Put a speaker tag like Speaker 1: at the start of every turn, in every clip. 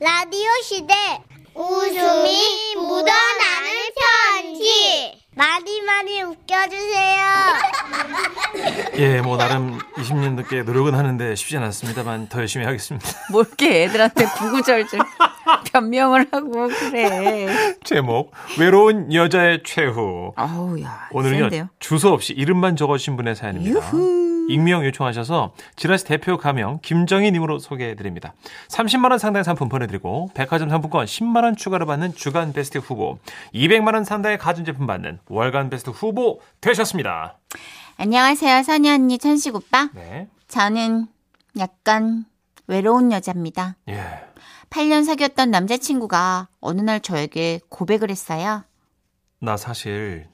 Speaker 1: 라디오 시대 웃음이 묻어나는 편지 많이 많이 웃겨주세요.
Speaker 2: 예, 뭐 나름 20년 넘게 노력은 하는데 쉽지 않았습니다만 더 열심히 하겠습니다.
Speaker 3: 뭘게 애들한테 구구절절 변명을 하고 그래.
Speaker 2: 제목 외로운 여자의 최후.
Speaker 3: 아우야.
Speaker 2: 오늘은요
Speaker 3: 센데요.
Speaker 2: 주소 없이 이름만 적어주신 분의 사연입니다.
Speaker 3: 유후.
Speaker 2: 익명 요청하셔서 지라시 대표 가명 김정희님으로 소개해드립니다. 30만 원 상당의 상품 보내드리고 백화점 상품권 10만 원 추가로 받는 주간 베스트 후보, 200만 원 상당의 가전제품 받는 월간 베스트 후보 되셨습니다.
Speaker 3: 안녕하세요, 선희 언니, 천식 오빠.
Speaker 2: 네,
Speaker 3: 저는 약간 외로운 여자입니다.
Speaker 2: 예,
Speaker 3: 8년 사귀었던 남자친구가 어느 날 저에게 고백을 했어요.
Speaker 2: 나 사실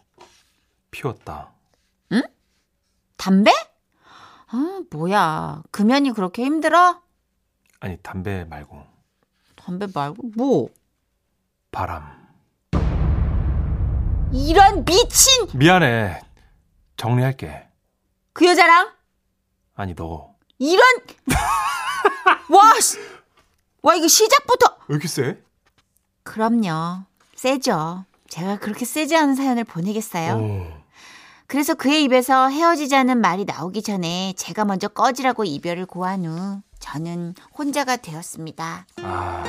Speaker 2: 피웠다.
Speaker 3: 담배? 아, 뭐야. 금연이 그렇게 힘들어?
Speaker 2: 아니 담배 말고
Speaker 3: 담배 말고 뭐?
Speaker 2: 바람.
Speaker 3: 이런 미친
Speaker 2: 미안해. 정리할게.
Speaker 3: 그 여자랑
Speaker 2: 아니 너.
Speaker 3: 이런 와, 씨. 와 이거 시작부터
Speaker 2: 왜 이렇게 세?
Speaker 3: 그럼요. 세죠. 제가 그렇게 세지 않은 사연을 보내겠어요.
Speaker 2: 어.
Speaker 3: 그래서 그의 입에서 헤어지자는 말이 나오기 전에 제가 먼저 꺼지라고 이별을 고한 후 저는 혼자가 되었습니다.
Speaker 2: 아,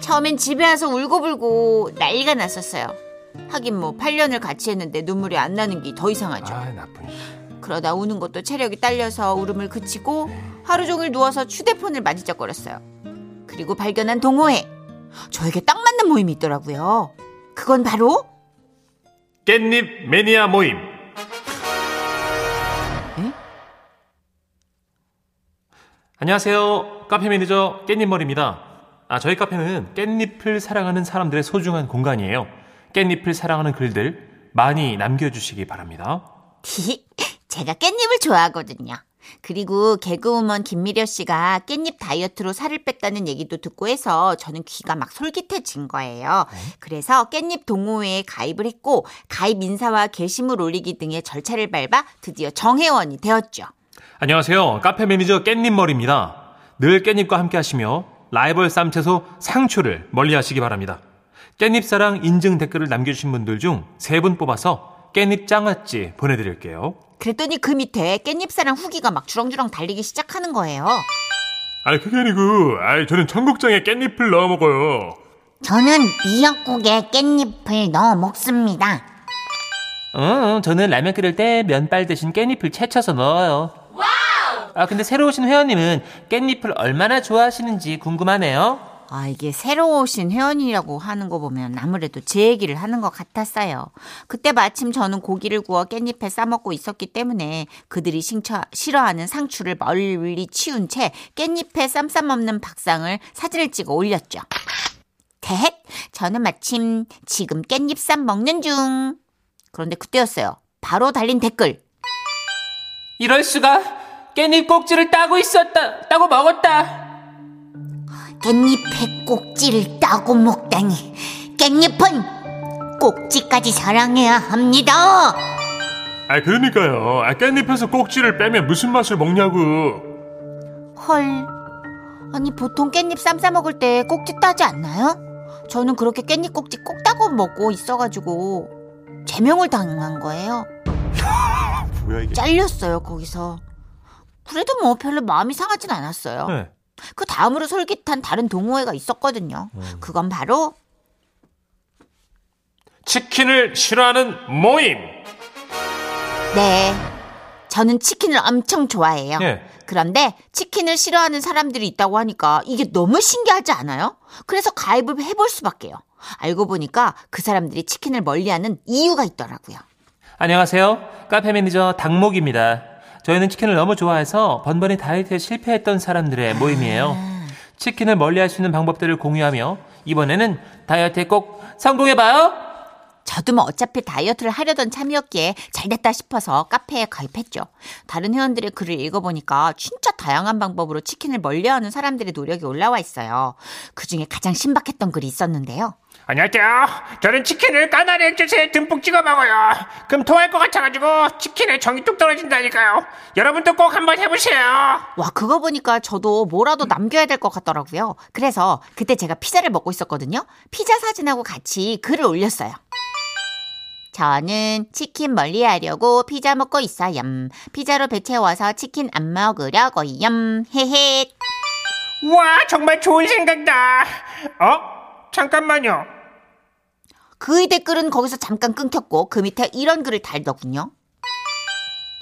Speaker 3: 처음엔 집에 와서 울고불고 난리가 났었어요. 하긴 뭐 8년을 같이 했는데 눈물이 안 나는 게 더 이상하죠.
Speaker 2: 아 나쁜.
Speaker 3: 그러다 우는 것도 체력이 딸려서 울음을 그치고 하루 종일 누워서 휴대폰을 만지작거렸어요. 그리고 발견한 동호회. 저에게 딱 맞는 모임이 있더라고요. 그건 바로
Speaker 2: 깻잎 매니아 모임. 안녕하세요. 카페 매니저 깻잎머리입니다. 아, 저희 카페는 깻잎을 사랑하는 사람들의 소중한 공간이에요. 깻잎을 사랑하는 글들 많이 남겨주시기 바랍니다.
Speaker 3: 제가 깻잎을 좋아하거든요. 그리고 개그우먼 김미려 씨가 깻잎 다이어트로 살을 뺐다는 얘기도 듣고 해서 저는 귀가 막 솔깃해진 거예요. 그래서 깻잎 동호회에 가입을 했고 가입 인사와 게시물 올리기 등의 절차를 밟아 드디어 정회원이 되었죠.
Speaker 2: 안녕하세요. 카페 매니저 깻잎머리입니다. 늘 깻잎과 함께 하시며 라이벌 쌈채소 상추를 멀리 하시기 바랍니다. 깻잎사랑 인증 댓글을 남겨주신 분들 중 세 분 뽑아서 깻잎 장아찌 보내드릴게요.
Speaker 3: 그랬더니 그 밑에 깻잎사랑 후기가 막 주렁주렁 달리기 시작하는 거예요.
Speaker 2: 아니 그게 아니고 아이 저는 청국장에 깻잎을 넣어 먹어요
Speaker 4: 저는 미역국에 깻잎을 넣어 먹습니다.
Speaker 2: 응 어, 저는 라면 끓일 때 면발 대신 깻잎을 채쳐서 넣어요 와우 아 근데 새로 오신 회원님은 깻잎을 얼마나 좋아하시는지 궁금하네요
Speaker 3: 아, 이게 새로 오신 회원이라고 하는 거 보면 아무래도 제 얘기를 하는 것 같았어요. 그때 마침 저는 고기를 구워 깻잎에 싸먹고 있었기 때문에 그들이 싱처, 싫어하는 상추를 멀리 치운 채 깻잎에 쌈 싸먹는 박상을 사진을 찍어 올렸죠. 대헷! 저는 마침 지금 깻잎 쌈 먹는 중. 그런데 그때였어요. 바로 달린 댓글.
Speaker 5: 이럴 수가 깻잎 꼭지를 따고 있었다 따고 먹었다
Speaker 4: 깻잎에 꼭지를 따고 먹다니. 깻잎은 꼭지까지 사랑해야 합니다.
Speaker 2: 아 그러니까요 아 깻잎에서 꼭지를 빼면 무슨 맛을 먹냐고
Speaker 3: 헐. 아니 보통 깻잎 쌈 싸 먹을 때 꼭지 따지 않나요? 저는 그렇게 깻잎 꼭지 꼭 따고 먹고 있어가지고 제명을 당한 거예요.
Speaker 2: 뭐야 이게
Speaker 3: 잘렸어요 거기서. 그래도 뭐 별로 마음이 상하진 않았어요.
Speaker 2: 네.
Speaker 3: 그 다음으로 솔깃한 다른 동호회가 있었거든요.
Speaker 2: 음.
Speaker 3: 그건 바로
Speaker 2: 치킨을 싫어하는 모임
Speaker 3: 네. 저는 치킨을 엄청 좋아해요.
Speaker 2: 예.
Speaker 3: 그런데 치킨을 싫어하는 사람들이 있다고 하니까 이게 너무 신기하지 않아요? 그래서 가입을 해볼 수밖에요. 알고 보니까 그 사람들이 치킨을 멀리하는 이유가 있더라고요.
Speaker 5: 안녕하세요 카페 매니저 닭목입니다 저희는 치킨을 너무 좋아해서 번번이 다이어트에 실패했던
Speaker 6: 아.
Speaker 5: 사람들의 모임이에요 치킨을 멀리 할 수 있는 방법들을 공유하며 이번에는 다이어트에 꼭 성공해봐요
Speaker 3: 저도 뭐 어차피 다이어트를 하려던 참이었기에 잘됐다 싶어서 카페에 가입했죠. 다른 회원들의 글을 읽어보니까 진짜 다양한 방법으로 치킨을 멀리하는 사람들의 노력이 올라와 있어요. 그 중에 가장 신박했던 글이 있었는데요.
Speaker 7: 안녕하세요. 저는 치킨을 까나리 액젓에 듬뿍 찍어 먹어요. 그럼 토할 것 같아가지고 치킨에 정이 뚝 떨어진다니까요. 여러분도 꼭 한번 해보세요.
Speaker 3: 와, 그거 보니까 저도 뭐라도 남겨야 될 것 같더라고요. 그래서 그때 제가 피자를 먹고 있었거든요. 피자 사진하고 같이 글을 올렸어요. 저는 치킨 멀리 하려고 피자 먹고 있어요. 피자로 배 채워서 치킨 안 먹으려고요. 헤헤.
Speaker 7: 와, 정말 좋은 생각이다. 어? 잠깐만요.
Speaker 3: 그의 댓글은 거기서 잠깐 끊겼고 그 밑에 이런 글을 달더군요.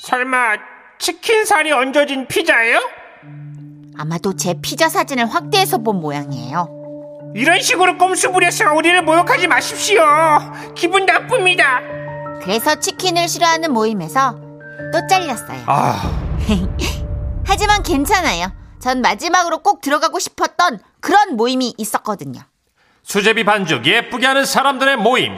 Speaker 7: 설마 치킨살이 얹어진 피자예요?
Speaker 3: 아마도 제 피자 사진을 확대해서 본 모양이에요.
Speaker 7: 이런 식으로 꼼수 부려서 우리를 모욕하지 마십시오. 기분 나쁩니다.
Speaker 3: 그래서 치킨을 싫어하는 모임에서 또 잘렸어요.
Speaker 6: 아,
Speaker 3: 하지만 괜찮아요. 전 마지막으로 꼭 들어가고 싶었던 그런 모임이 있었거든요.
Speaker 6: 수제비 반죽 예쁘게 하는 사람들의 모임.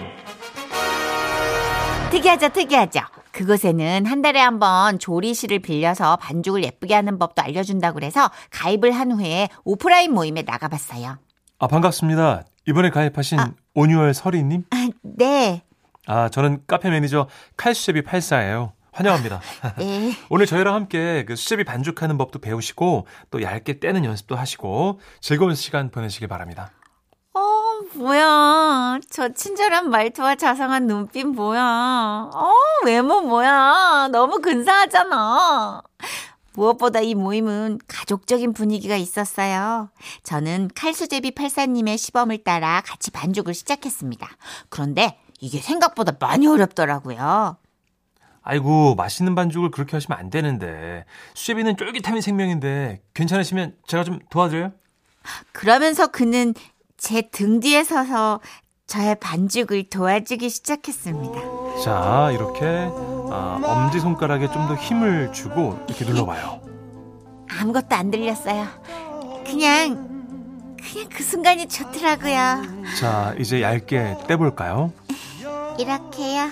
Speaker 3: 특이하죠, 특이하죠. 그곳에는 한 달에 한 번 조리실을 빌려서 반죽을 예쁘게 하는 법도 알려준다고 그래서 가입을 한 후에 오프라인 모임에 나가봤어요.
Speaker 6: 아, 반갑습니다. 이번에 가입하신 온유월 서리님.
Speaker 3: 아, 네,
Speaker 6: 아, 저는 카페 매니저 칼수제비 84예요. 환영합니다.
Speaker 3: 네.
Speaker 6: 오늘 저희랑 함께 그 수제비 반죽하는 법도 배우시고 또 얇게 떼는 연습도 하시고 즐거운 시간 보내시길 바랍니다.
Speaker 3: 어, 뭐야. 저 친절한 말투와 자상한 눈빛 뭐야. 어, 외모 뭐야. 너무 근사하잖아. 무엇보다 이 모임은 가족적인 분위기가 있었어요. 저는 칼수제비 팔사님의 시범을 따라 같이 반죽을 시작했습니다. 그런데 이게 생각보다 많이 어렵더라고요.
Speaker 6: 아이고, 맛있는 반죽을 그렇게 하시면 안 되는데. 수제비는 쫄깃함이 생명인데 괜찮으시면 제가 좀 도와드려요?
Speaker 3: 그러면서 그는 제 등 뒤에 서서 저의 반죽을 도와주기 시작했습니다.
Speaker 6: 자, 이렇게 아, 엄지 손가락에 좀 더 힘을 주고 이렇게 눌러봐요.
Speaker 3: 아무것도 안 들렸어요. 그냥 그냥 그 순간이 좋더라고요.
Speaker 6: 자, 이제 얇게 떼볼까요?
Speaker 4: 이렇게요?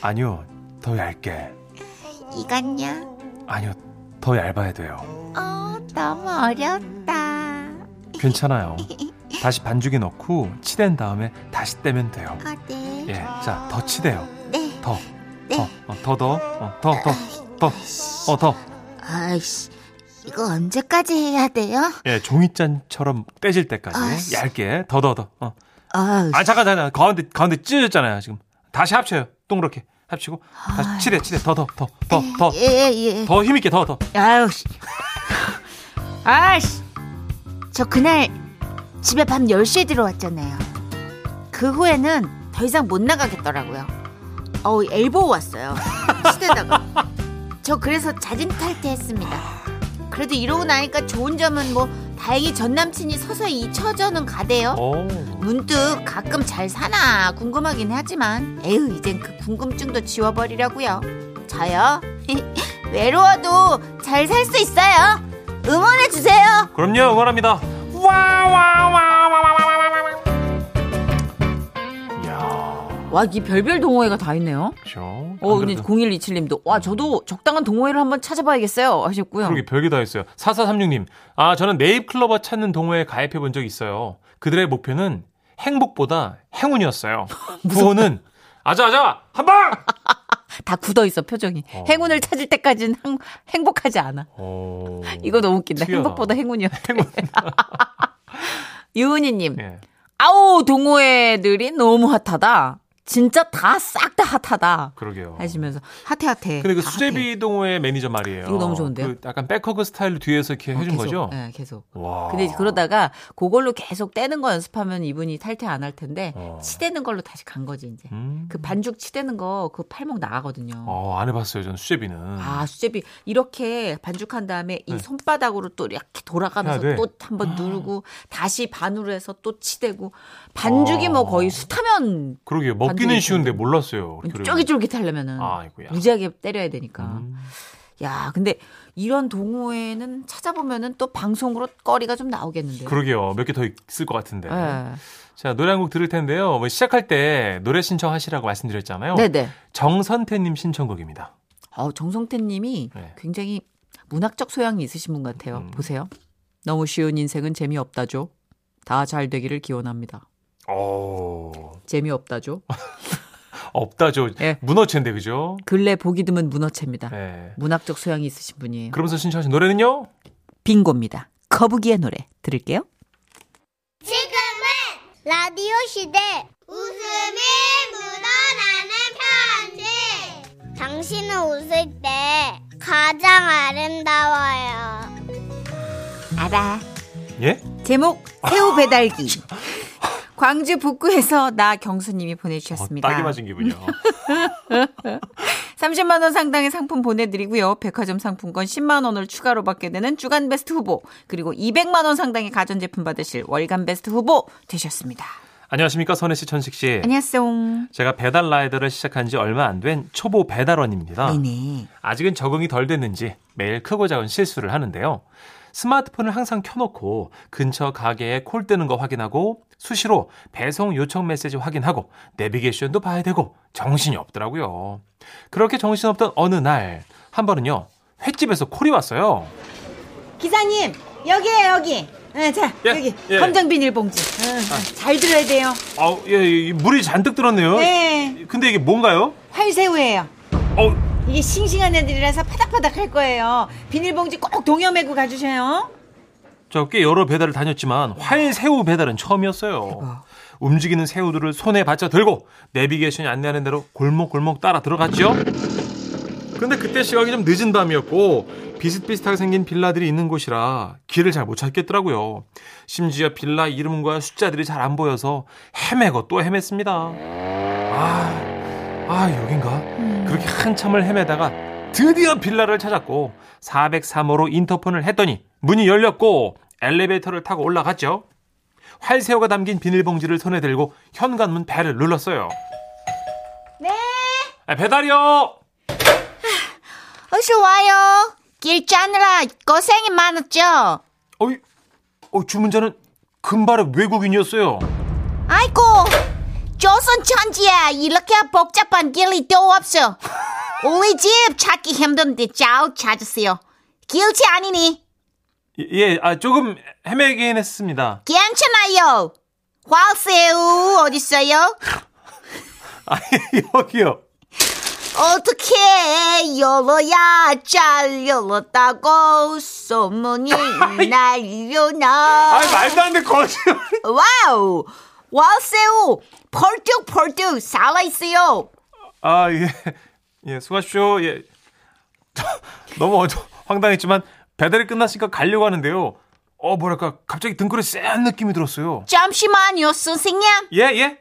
Speaker 6: 아니요, 더 얇게.
Speaker 4: 이건요?
Speaker 6: 아니요, 더 얇아야 돼요.
Speaker 3: 어, 너무 어렵다.
Speaker 6: 괜찮아요. 다시 반죽에 넣고 치댄 다음에 다시 떼면 돼요.
Speaker 4: 어, 네.
Speaker 6: 예, 자, 더 치대요.
Speaker 4: 네.
Speaker 6: 더,
Speaker 4: 네.
Speaker 6: 더, 어, 더, 더, 어, 더, 더, 더, 어, 더.
Speaker 4: 아이씨, 이거 언제까지 해야 돼요?
Speaker 6: 예, 종이잔처럼 떼질 때까지
Speaker 4: 아이씨.
Speaker 6: 얇게 더, 더, 더. 어.
Speaker 4: 아,
Speaker 6: 아, 잠깐, 잠깐, 가운데, 가운데 찢어졌잖아요, 지금. 다시 합쳐요. 동그랗게 합치고 다시 치대, 치대, 더, 더, 더, 더, 더,
Speaker 4: 예, 예.
Speaker 6: 더 힘있게, 더, 더.
Speaker 3: 아유. 씨. 아씨. 저 그날 집에 밤 10시에 들어왔잖아요. 그 후에는 더 이상 못 나가겠더라고요. 어우, 엘보우 왔어요. 시대다가. 저 그래서 자진 탈퇴했습니다. 그래도 이러고 나니까 좋은 점은 뭐 다행히 전 남친이 서서히 잊혀져는 가대요.
Speaker 6: 오.
Speaker 3: 문득 가끔 잘 사나 궁금하긴 하지만 에휴 이젠 그 궁금증도 지워버리려고요. 저요 외로워도 잘 살 수 있어요. 응원해 주세요.
Speaker 6: 그럼요, 응원합니다. 이야,
Speaker 2: 와, 이 별별 동호회가 다 있네요.
Speaker 6: 그죠.
Speaker 2: 어,
Speaker 6: 그렇죠. 안
Speaker 2: 근데
Speaker 6: 그래도-
Speaker 2: 0127님도 와, 저도 적당한 동호회를 한번 찾아봐야겠어요. 하셨고요.
Speaker 6: 그러게 별게 다 있어요. 4436님. 아, 저는 네잎클로버 찾는 동호회에 가입해 본 적이 있어요. 그들의 목표는 행복보다 행운이었어요. 구호는 아자 아자 한 방!
Speaker 2: 다 굳어 있어 표정이.
Speaker 6: 어.
Speaker 2: 행운을 찾을 때까지는 항- 행복하지 않아.
Speaker 6: 오.
Speaker 2: 이거 너무 웃긴다.
Speaker 6: 특이하다.
Speaker 2: 행복보다 행운이야.
Speaker 6: 행운.
Speaker 2: 유은희님,
Speaker 6: 예.
Speaker 2: 아우 동호회들이 너무 핫하다. 진짜 다 싹 다 핫하다.
Speaker 6: 그러게요.
Speaker 2: 하시면서 핫해 핫해.
Speaker 6: 근데 그
Speaker 2: 다 핫해.
Speaker 6: 수제비 동호회 매니저 말이에요.
Speaker 3: 음.
Speaker 2: 이거 너무 좋은데요?
Speaker 6: 그 약간 백허그 스타일로 뒤에서 이렇게
Speaker 2: 어,
Speaker 6: 해준
Speaker 2: 계속,
Speaker 6: 거죠?
Speaker 2: 예, 계속.
Speaker 6: 와.
Speaker 2: 근데 이제 그러다가 그걸로 계속 떼는 거 연습하면 이분이 탈퇴 안 할 텐데
Speaker 6: 어.
Speaker 2: 치대는 걸로 다시 간 거지 이제.
Speaker 6: 음.
Speaker 2: 그 반죽 치대는 거 그 팔목
Speaker 3: 음.
Speaker 2: 나가거든요.
Speaker 6: 어, 안 해봤어요, 전 수제비는.
Speaker 2: 아 수제비 이렇게 반죽한 다음에 이
Speaker 6: 네.
Speaker 2: 손바닥으로 또 이렇게
Speaker 6: 해야
Speaker 2: 돌아가면서
Speaker 6: 돼.
Speaker 2: 또 한번 누르고 다시 반으로 해서 또 치대고 반죽이
Speaker 6: 아.
Speaker 2: 뭐 거의 수타면
Speaker 6: 그러게요. 먹기는
Speaker 2: 반죽이
Speaker 3: 음,
Speaker 6: 쉬운데 몰랐어요. 그렇게 어려운 거.
Speaker 2: 쫄깃쫄깃 하려면은
Speaker 6: 아이고야.
Speaker 2: 무지하게 때려야 되니까
Speaker 6: 음.
Speaker 8: 야, 근데 이런 동호회는 찾아보면은 또 방송으로 거리가 좀 나오겠는데요.
Speaker 6: 그러게요. 몇 개 더 있을 것 같은데.
Speaker 3: 네.
Speaker 8: 예.
Speaker 6: 자, 노래 한 곡 들을 텐데요. 뭐 시작할 때 노래 신청하시라고 말씀드렸잖아요.
Speaker 8: 네네.
Speaker 6: 정선태님 신청곡입니다.
Speaker 8: 어, 정성태 님이
Speaker 6: 네.
Speaker 8: 굉장히 문학적 소양이 있으신 분 같아요.
Speaker 6: 음.
Speaker 8: 보세요. 너무 쉬운 인생은 재미없다죠. 다 잘 되기를 기원합니다.
Speaker 6: 오.
Speaker 8: 재미없다죠.
Speaker 6: 아. 없다죠.
Speaker 8: 예.
Speaker 6: 문어체인데, 그죠?
Speaker 8: 근래 보기 드문 문어체입니다.
Speaker 6: 네.
Speaker 8: 문학적 소양이 있으신 분이에요.
Speaker 6: 그러면서 신청하신 노래는요?
Speaker 8: 빙고입니다. 거북이의 노래 들을게요.
Speaker 1: 지금은 라디오 시대 웃음이 묻어나는 편지 당신은 웃을 때 가장 아름다워요
Speaker 3: 알아.
Speaker 6: 예?
Speaker 8: 제목
Speaker 6: 아,
Speaker 8: 새우 배달기. 광주 북구에서 나경수님이
Speaker 6: 어,
Speaker 8: 보내주셨습니다.
Speaker 6: 딱이 맞은 기분이요.
Speaker 8: 30만 원 상당의 상품 보내드리고요. 백화점 상품권 10만 원을 추가로 받게 되는 주간 베스트 후보 그리고 200만 원 상당의 가전제품 받으실 월간 베스트 후보 되셨습니다.
Speaker 6: 안녕하십니까, 선혜 씨, 천식 씨.
Speaker 8: 안녕하세요.
Speaker 6: 제가 배달 라이더를 시작한 지 얼마 안 된 초보 배달원입니다.
Speaker 9: 네네.
Speaker 6: 아직은 적응이 덜 됐는지 매일 크고 작은 실수를 하는데요. 스마트폰을 항상 켜놓고 근처 가게에 콜 뜨는 거 확인하고 수시로 배송 요청 메시지 확인하고 내비게이션도 봐야 되고 정신이 없더라고요. 그렇게 정신없던 어느 날 한 번은요. 횟집에서 콜이 왔어요.
Speaker 9: 기사님 여기에요 여기. 네, 자
Speaker 6: 예,
Speaker 9: 여기
Speaker 6: 예. 아.
Speaker 9: 검정 비닐봉지. 응, 잘 들어야 돼요.
Speaker 6: 아우, 예, 예, 물이 잔뜩 들었네요.
Speaker 9: 네
Speaker 6: 근데 이게 뭔가요?
Speaker 9: 활새우예요.
Speaker 6: 어,
Speaker 9: 이게 싱싱한 애들이라서 파닥파닥 할 거예요. 비닐봉지 꼭 동여매고 가주세요.
Speaker 6: 저 꽤 여러 배달을 다녔지만 활새우 배달은 처음이었어요. 움직이는 새우들을 손에 받쳐 들고 내비게이션이 안내하는 대로 골목골목 따라 들어갔죠. 근데 그때 시각이 좀 늦은 밤이었고 비슷비슷하게 생긴 빌라들이 있는 곳이라 길을 잘 못 찾겠더라고요. 심지어 빌라 이름과 숫자들이 잘 안 보여서 헤매고 또 헤맸습니다. 아, 아 여긴가? 그렇게 한참을 헤매다가 드디어 빌라를 찾았고 403호로 인터폰을 했더니 문이 열렸고 엘리베이터를 타고 올라갔죠. 활새우가 담긴 비닐봉지를 손에 들고 현관문 배를 눌렀어요. 네. 배달이요.
Speaker 3: 어서 와요. 길 짜느라 고생이 많았죠?
Speaker 6: 어이, 어, 주문자는 금발의 외국인이었어요.
Speaker 3: 아이고, 조선 천지야. 이렇게 복잡한 길이 또 없어. 우리 집 찾기 힘든데 잘 찾으세요. 길치 아니니?
Speaker 6: 예, 아, 조금 헤매긴 했습니다.
Speaker 3: 괜찮아요. 화새우 어딨어요?
Speaker 6: 아, 여기요.
Speaker 3: 어떻게 열어야 잘 열었다고 소문이 날려나
Speaker 6: 아, 말도 안 돼, 거짓말.
Speaker 3: 와우 와새우 펄뚝펄뚝 살아있어요
Speaker 6: 아, 예. 예, 수고하십시오. 예. 너무 어저, 황당했지만 배달이 끝났으니까 가려고 하는데요. 어, 뭐랄까, 갑자기 등골에 쎄한 느낌이 들었어요.
Speaker 3: 잠시만요 선생님
Speaker 6: 예, 예?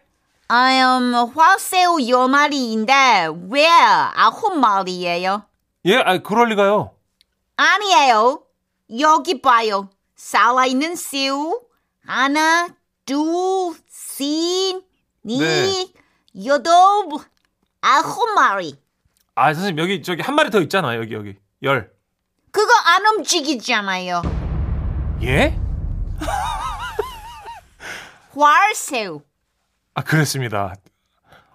Speaker 3: 아음 화새우 열 마리인데 왜 아홉 마리예요
Speaker 6: 예, 아, 그럴리가요.
Speaker 3: 아니에요 여기 봐요 살아있는 새우 하나 둘셋넷
Speaker 6: 네.
Speaker 3: 여덟 아홉 마리
Speaker 6: 아, 선생님, 여기, 저기, 한 마리 더 있잖아, 여기, 여기. 열.
Speaker 3: 그거 안 움직이잖아요.
Speaker 6: 예?
Speaker 3: 활새우.
Speaker 6: 아, 그랬습니다.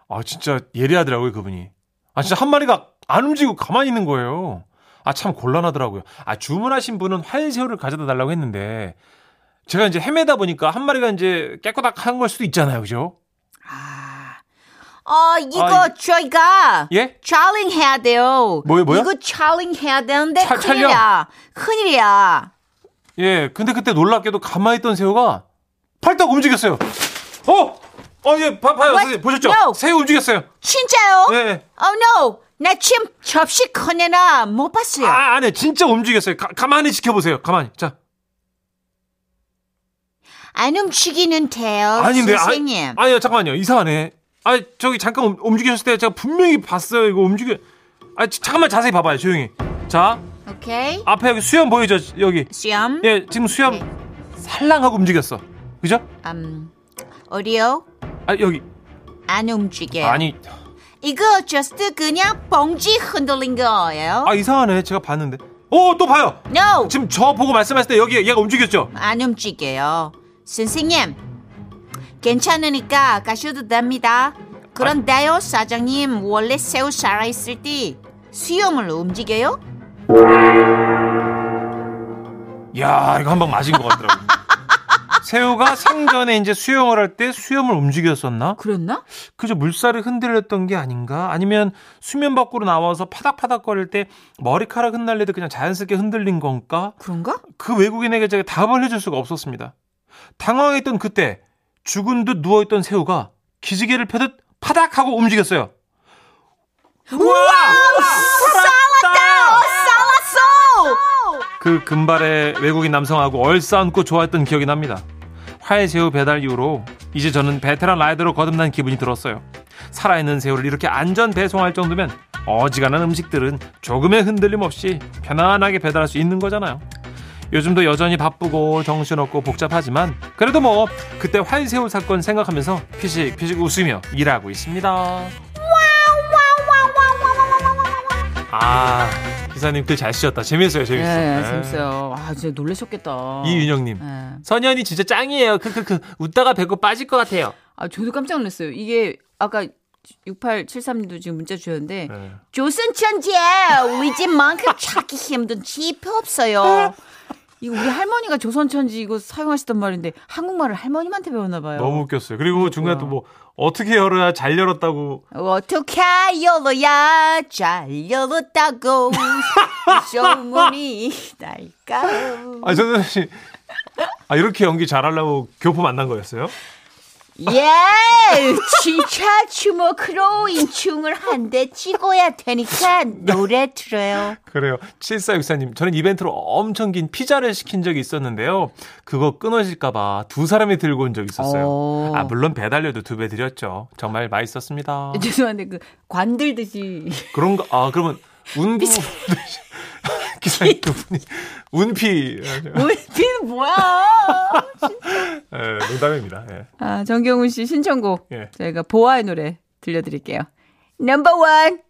Speaker 6: 아, 진짜 예리하더라고요, 그분이. 아, 진짜 한 마리가 안 움직이고 가만히 있는 거예요. 아, 참 곤란하더라고요. 아, 주문하신 분은 활새우를 가져다 달라고 했는데, 제가 이제 헤매다 보니까 한 마리가 이제 깨꼬닥 한 걸 수도 있잖아요, 그죠?
Speaker 3: 어, 이거
Speaker 6: 아,
Speaker 3: 저희가
Speaker 6: 예?
Speaker 3: 촬영해야 돼요.
Speaker 6: 뭐요, 뭐요?
Speaker 3: 이거 촬영해야 되는데
Speaker 6: 차-
Speaker 3: 큰일이야. 큰일이야.
Speaker 6: 예, 근데 그때 놀랍게도 가만히 있던 새우가 팔딱 움직였어요. 어! 어, 예, 봐, 봐요.
Speaker 3: What?
Speaker 6: 선생님, 보셨죠?
Speaker 3: No.
Speaker 6: 새우 움직였어요.
Speaker 3: 진짜요?
Speaker 6: 예, 예.
Speaker 3: Oh no. 나 지금 접시 꺼내나 못 봤어요.
Speaker 6: 아, 아니, 진짜 움직였어요. 가, 가만히 지켜보세요. 가만히. 자.
Speaker 3: 안 움직이는데요,
Speaker 6: 아닌데, 아,
Speaker 3: 선생님.
Speaker 6: 아니요, 잠깐만요. 이상하네. 아, 저기 잠깐 움- 움직였을 때 제가 분명히 봤어요. 이거 움직여. 아, 지- 잠깐만 자세히 봐봐요. 조용히. 자,
Speaker 3: 오케이.
Speaker 6: 앞에 여기 수염 보이죠? 여기.
Speaker 3: 수염.
Speaker 6: 아. 예, 지금 수염
Speaker 3: 네.
Speaker 6: 살랑하고 움직였어. 그죠?
Speaker 3: 음, 어디요?
Speaker 6: 아, 여기.
Speaker 3: 안 움직여요.
Speaker 6: 아니,
Speaker 3: 이거 just 그냥 봉지 흔들린 거예요.
Speaker 6: 아 이상하네 제가 봤는데 오 또 봐요
Speaker 3: No,
Speaker 6: 지금 저 보고 말씀하실 때 여기 얘가 움직였죠
Speaker 3: 안 움직여요. 선생님, 괜찮으니까 가셔도 됩니다. 그런데요, 사장님 원래 새우 살아 있을 때 수염을 움직여요?
Speaker 6: 야 이거 한 방 맞은 것 같더라고 새우가 생전에 이제 수영을 할 때 수염을 움직였었나
Speaker 10: 그랬나?
Speaker 6: 그저 물살이 흔들렸던 게 아닌가 아니면 수면 밖으로 나와서 파닥파닥거릴 때 머리카락 흩날리듯 그냥 자연스럽게 흔들린 건가
Speaker 10: 그런가?
Speaker 6: 그 외국인에게 제가 답을 해줄 수가 없었습니다. 당황했던 그때 죽은 듯 누워있던 새우가 기지개를 펴듯 파닥하고 움직였어요. 우와! 살았다! 그 금발의 외국인 남성하고 얼싸안고 좋아했던 기억이 납니다. 화해새우 배달 이후로 이제 저는 베테랑 라이더로 거듭난 기분이 들었어요. 살아있는 새우를 이렇게 안전 배송할 정도면 어지간한 음식들은 조금의 흔들림 없이 편안하게 배달할 수 있는 거잖아요. 요즘도 여전히 바쁘고 정신없고 복잡하지만 그래도 뭐 그때 화이세울 사건 생각하면서 피식 피식 웃으며 일하고 있습니다. 아 기사님 글 잘 쓰셨다. 재밌어요,
Speaker 10: 예,
Speaker 3: 네,
Speaker 6: 재밌어.
Speaker 10: 예, 재밌어요. 아, 진짜 놀라셨겠다.
Speaker 6: 네, 이윤영님.
Speaker 10: 예.
Speaker 6: 선현이 진짜 짱이에요. 크크크 웃다가 배고 빠질 것 같아요.
Speaker 10: 아, 저도 깜짝 놀랐어요. 이게 아까 6873님도 지금 문자 주셨는데
Speaker 3: 조선 천지에 우리 집만큼 찾기 힘든 집이 없어요.
Speaker 10: 이거 우리 할머니가 조선천지 이거 사용하시던 말인데 한국말을 할머님한테 배웠나 봐요.
Speaker 6: 너무 웃겼어요. 그리고 중간에 또 뭐 어떻게 열어야 잘 열었다고
Speaker 3: 어떻게 열어야 잘 열었다고 소문이 날까요?
Speaker 6: 아 선현 씨. 아 이렇게 연기 잘하려고 교포 만난 거였어요?
Speaker 3: 예, 진짜 주먹으로 인충을 한 대 찍어야 되니까 노래 틀어요.
Speaker 6: 그래요. 7464님, 저는 이벤트로 엄청 긴 피자를 시킨 적이 있었는데요. 그거 끊어질까봐 두 사람이 들고 온 적이 있었어요.
Speaker 10: 어.
Speaker 6: 아, 물론 배달료도 두 배 드렸죠. 정말 맛있었습니다.
Speaker 10: 죄송한데 그 관들듯이
Speaker 6: 그런가, 아, 그러면 운부. 기사님 두 분이. 운피.
Speaker 10: 올핀 뭐야?
Speaker 6: 예, 농담입니다. 예.
Speaker 10: 아 정경훈 씨 신청곡
Speaker 6: 예.
Speaker 10: 저희가 보아의 노래 들려드릴게요. 넘버 원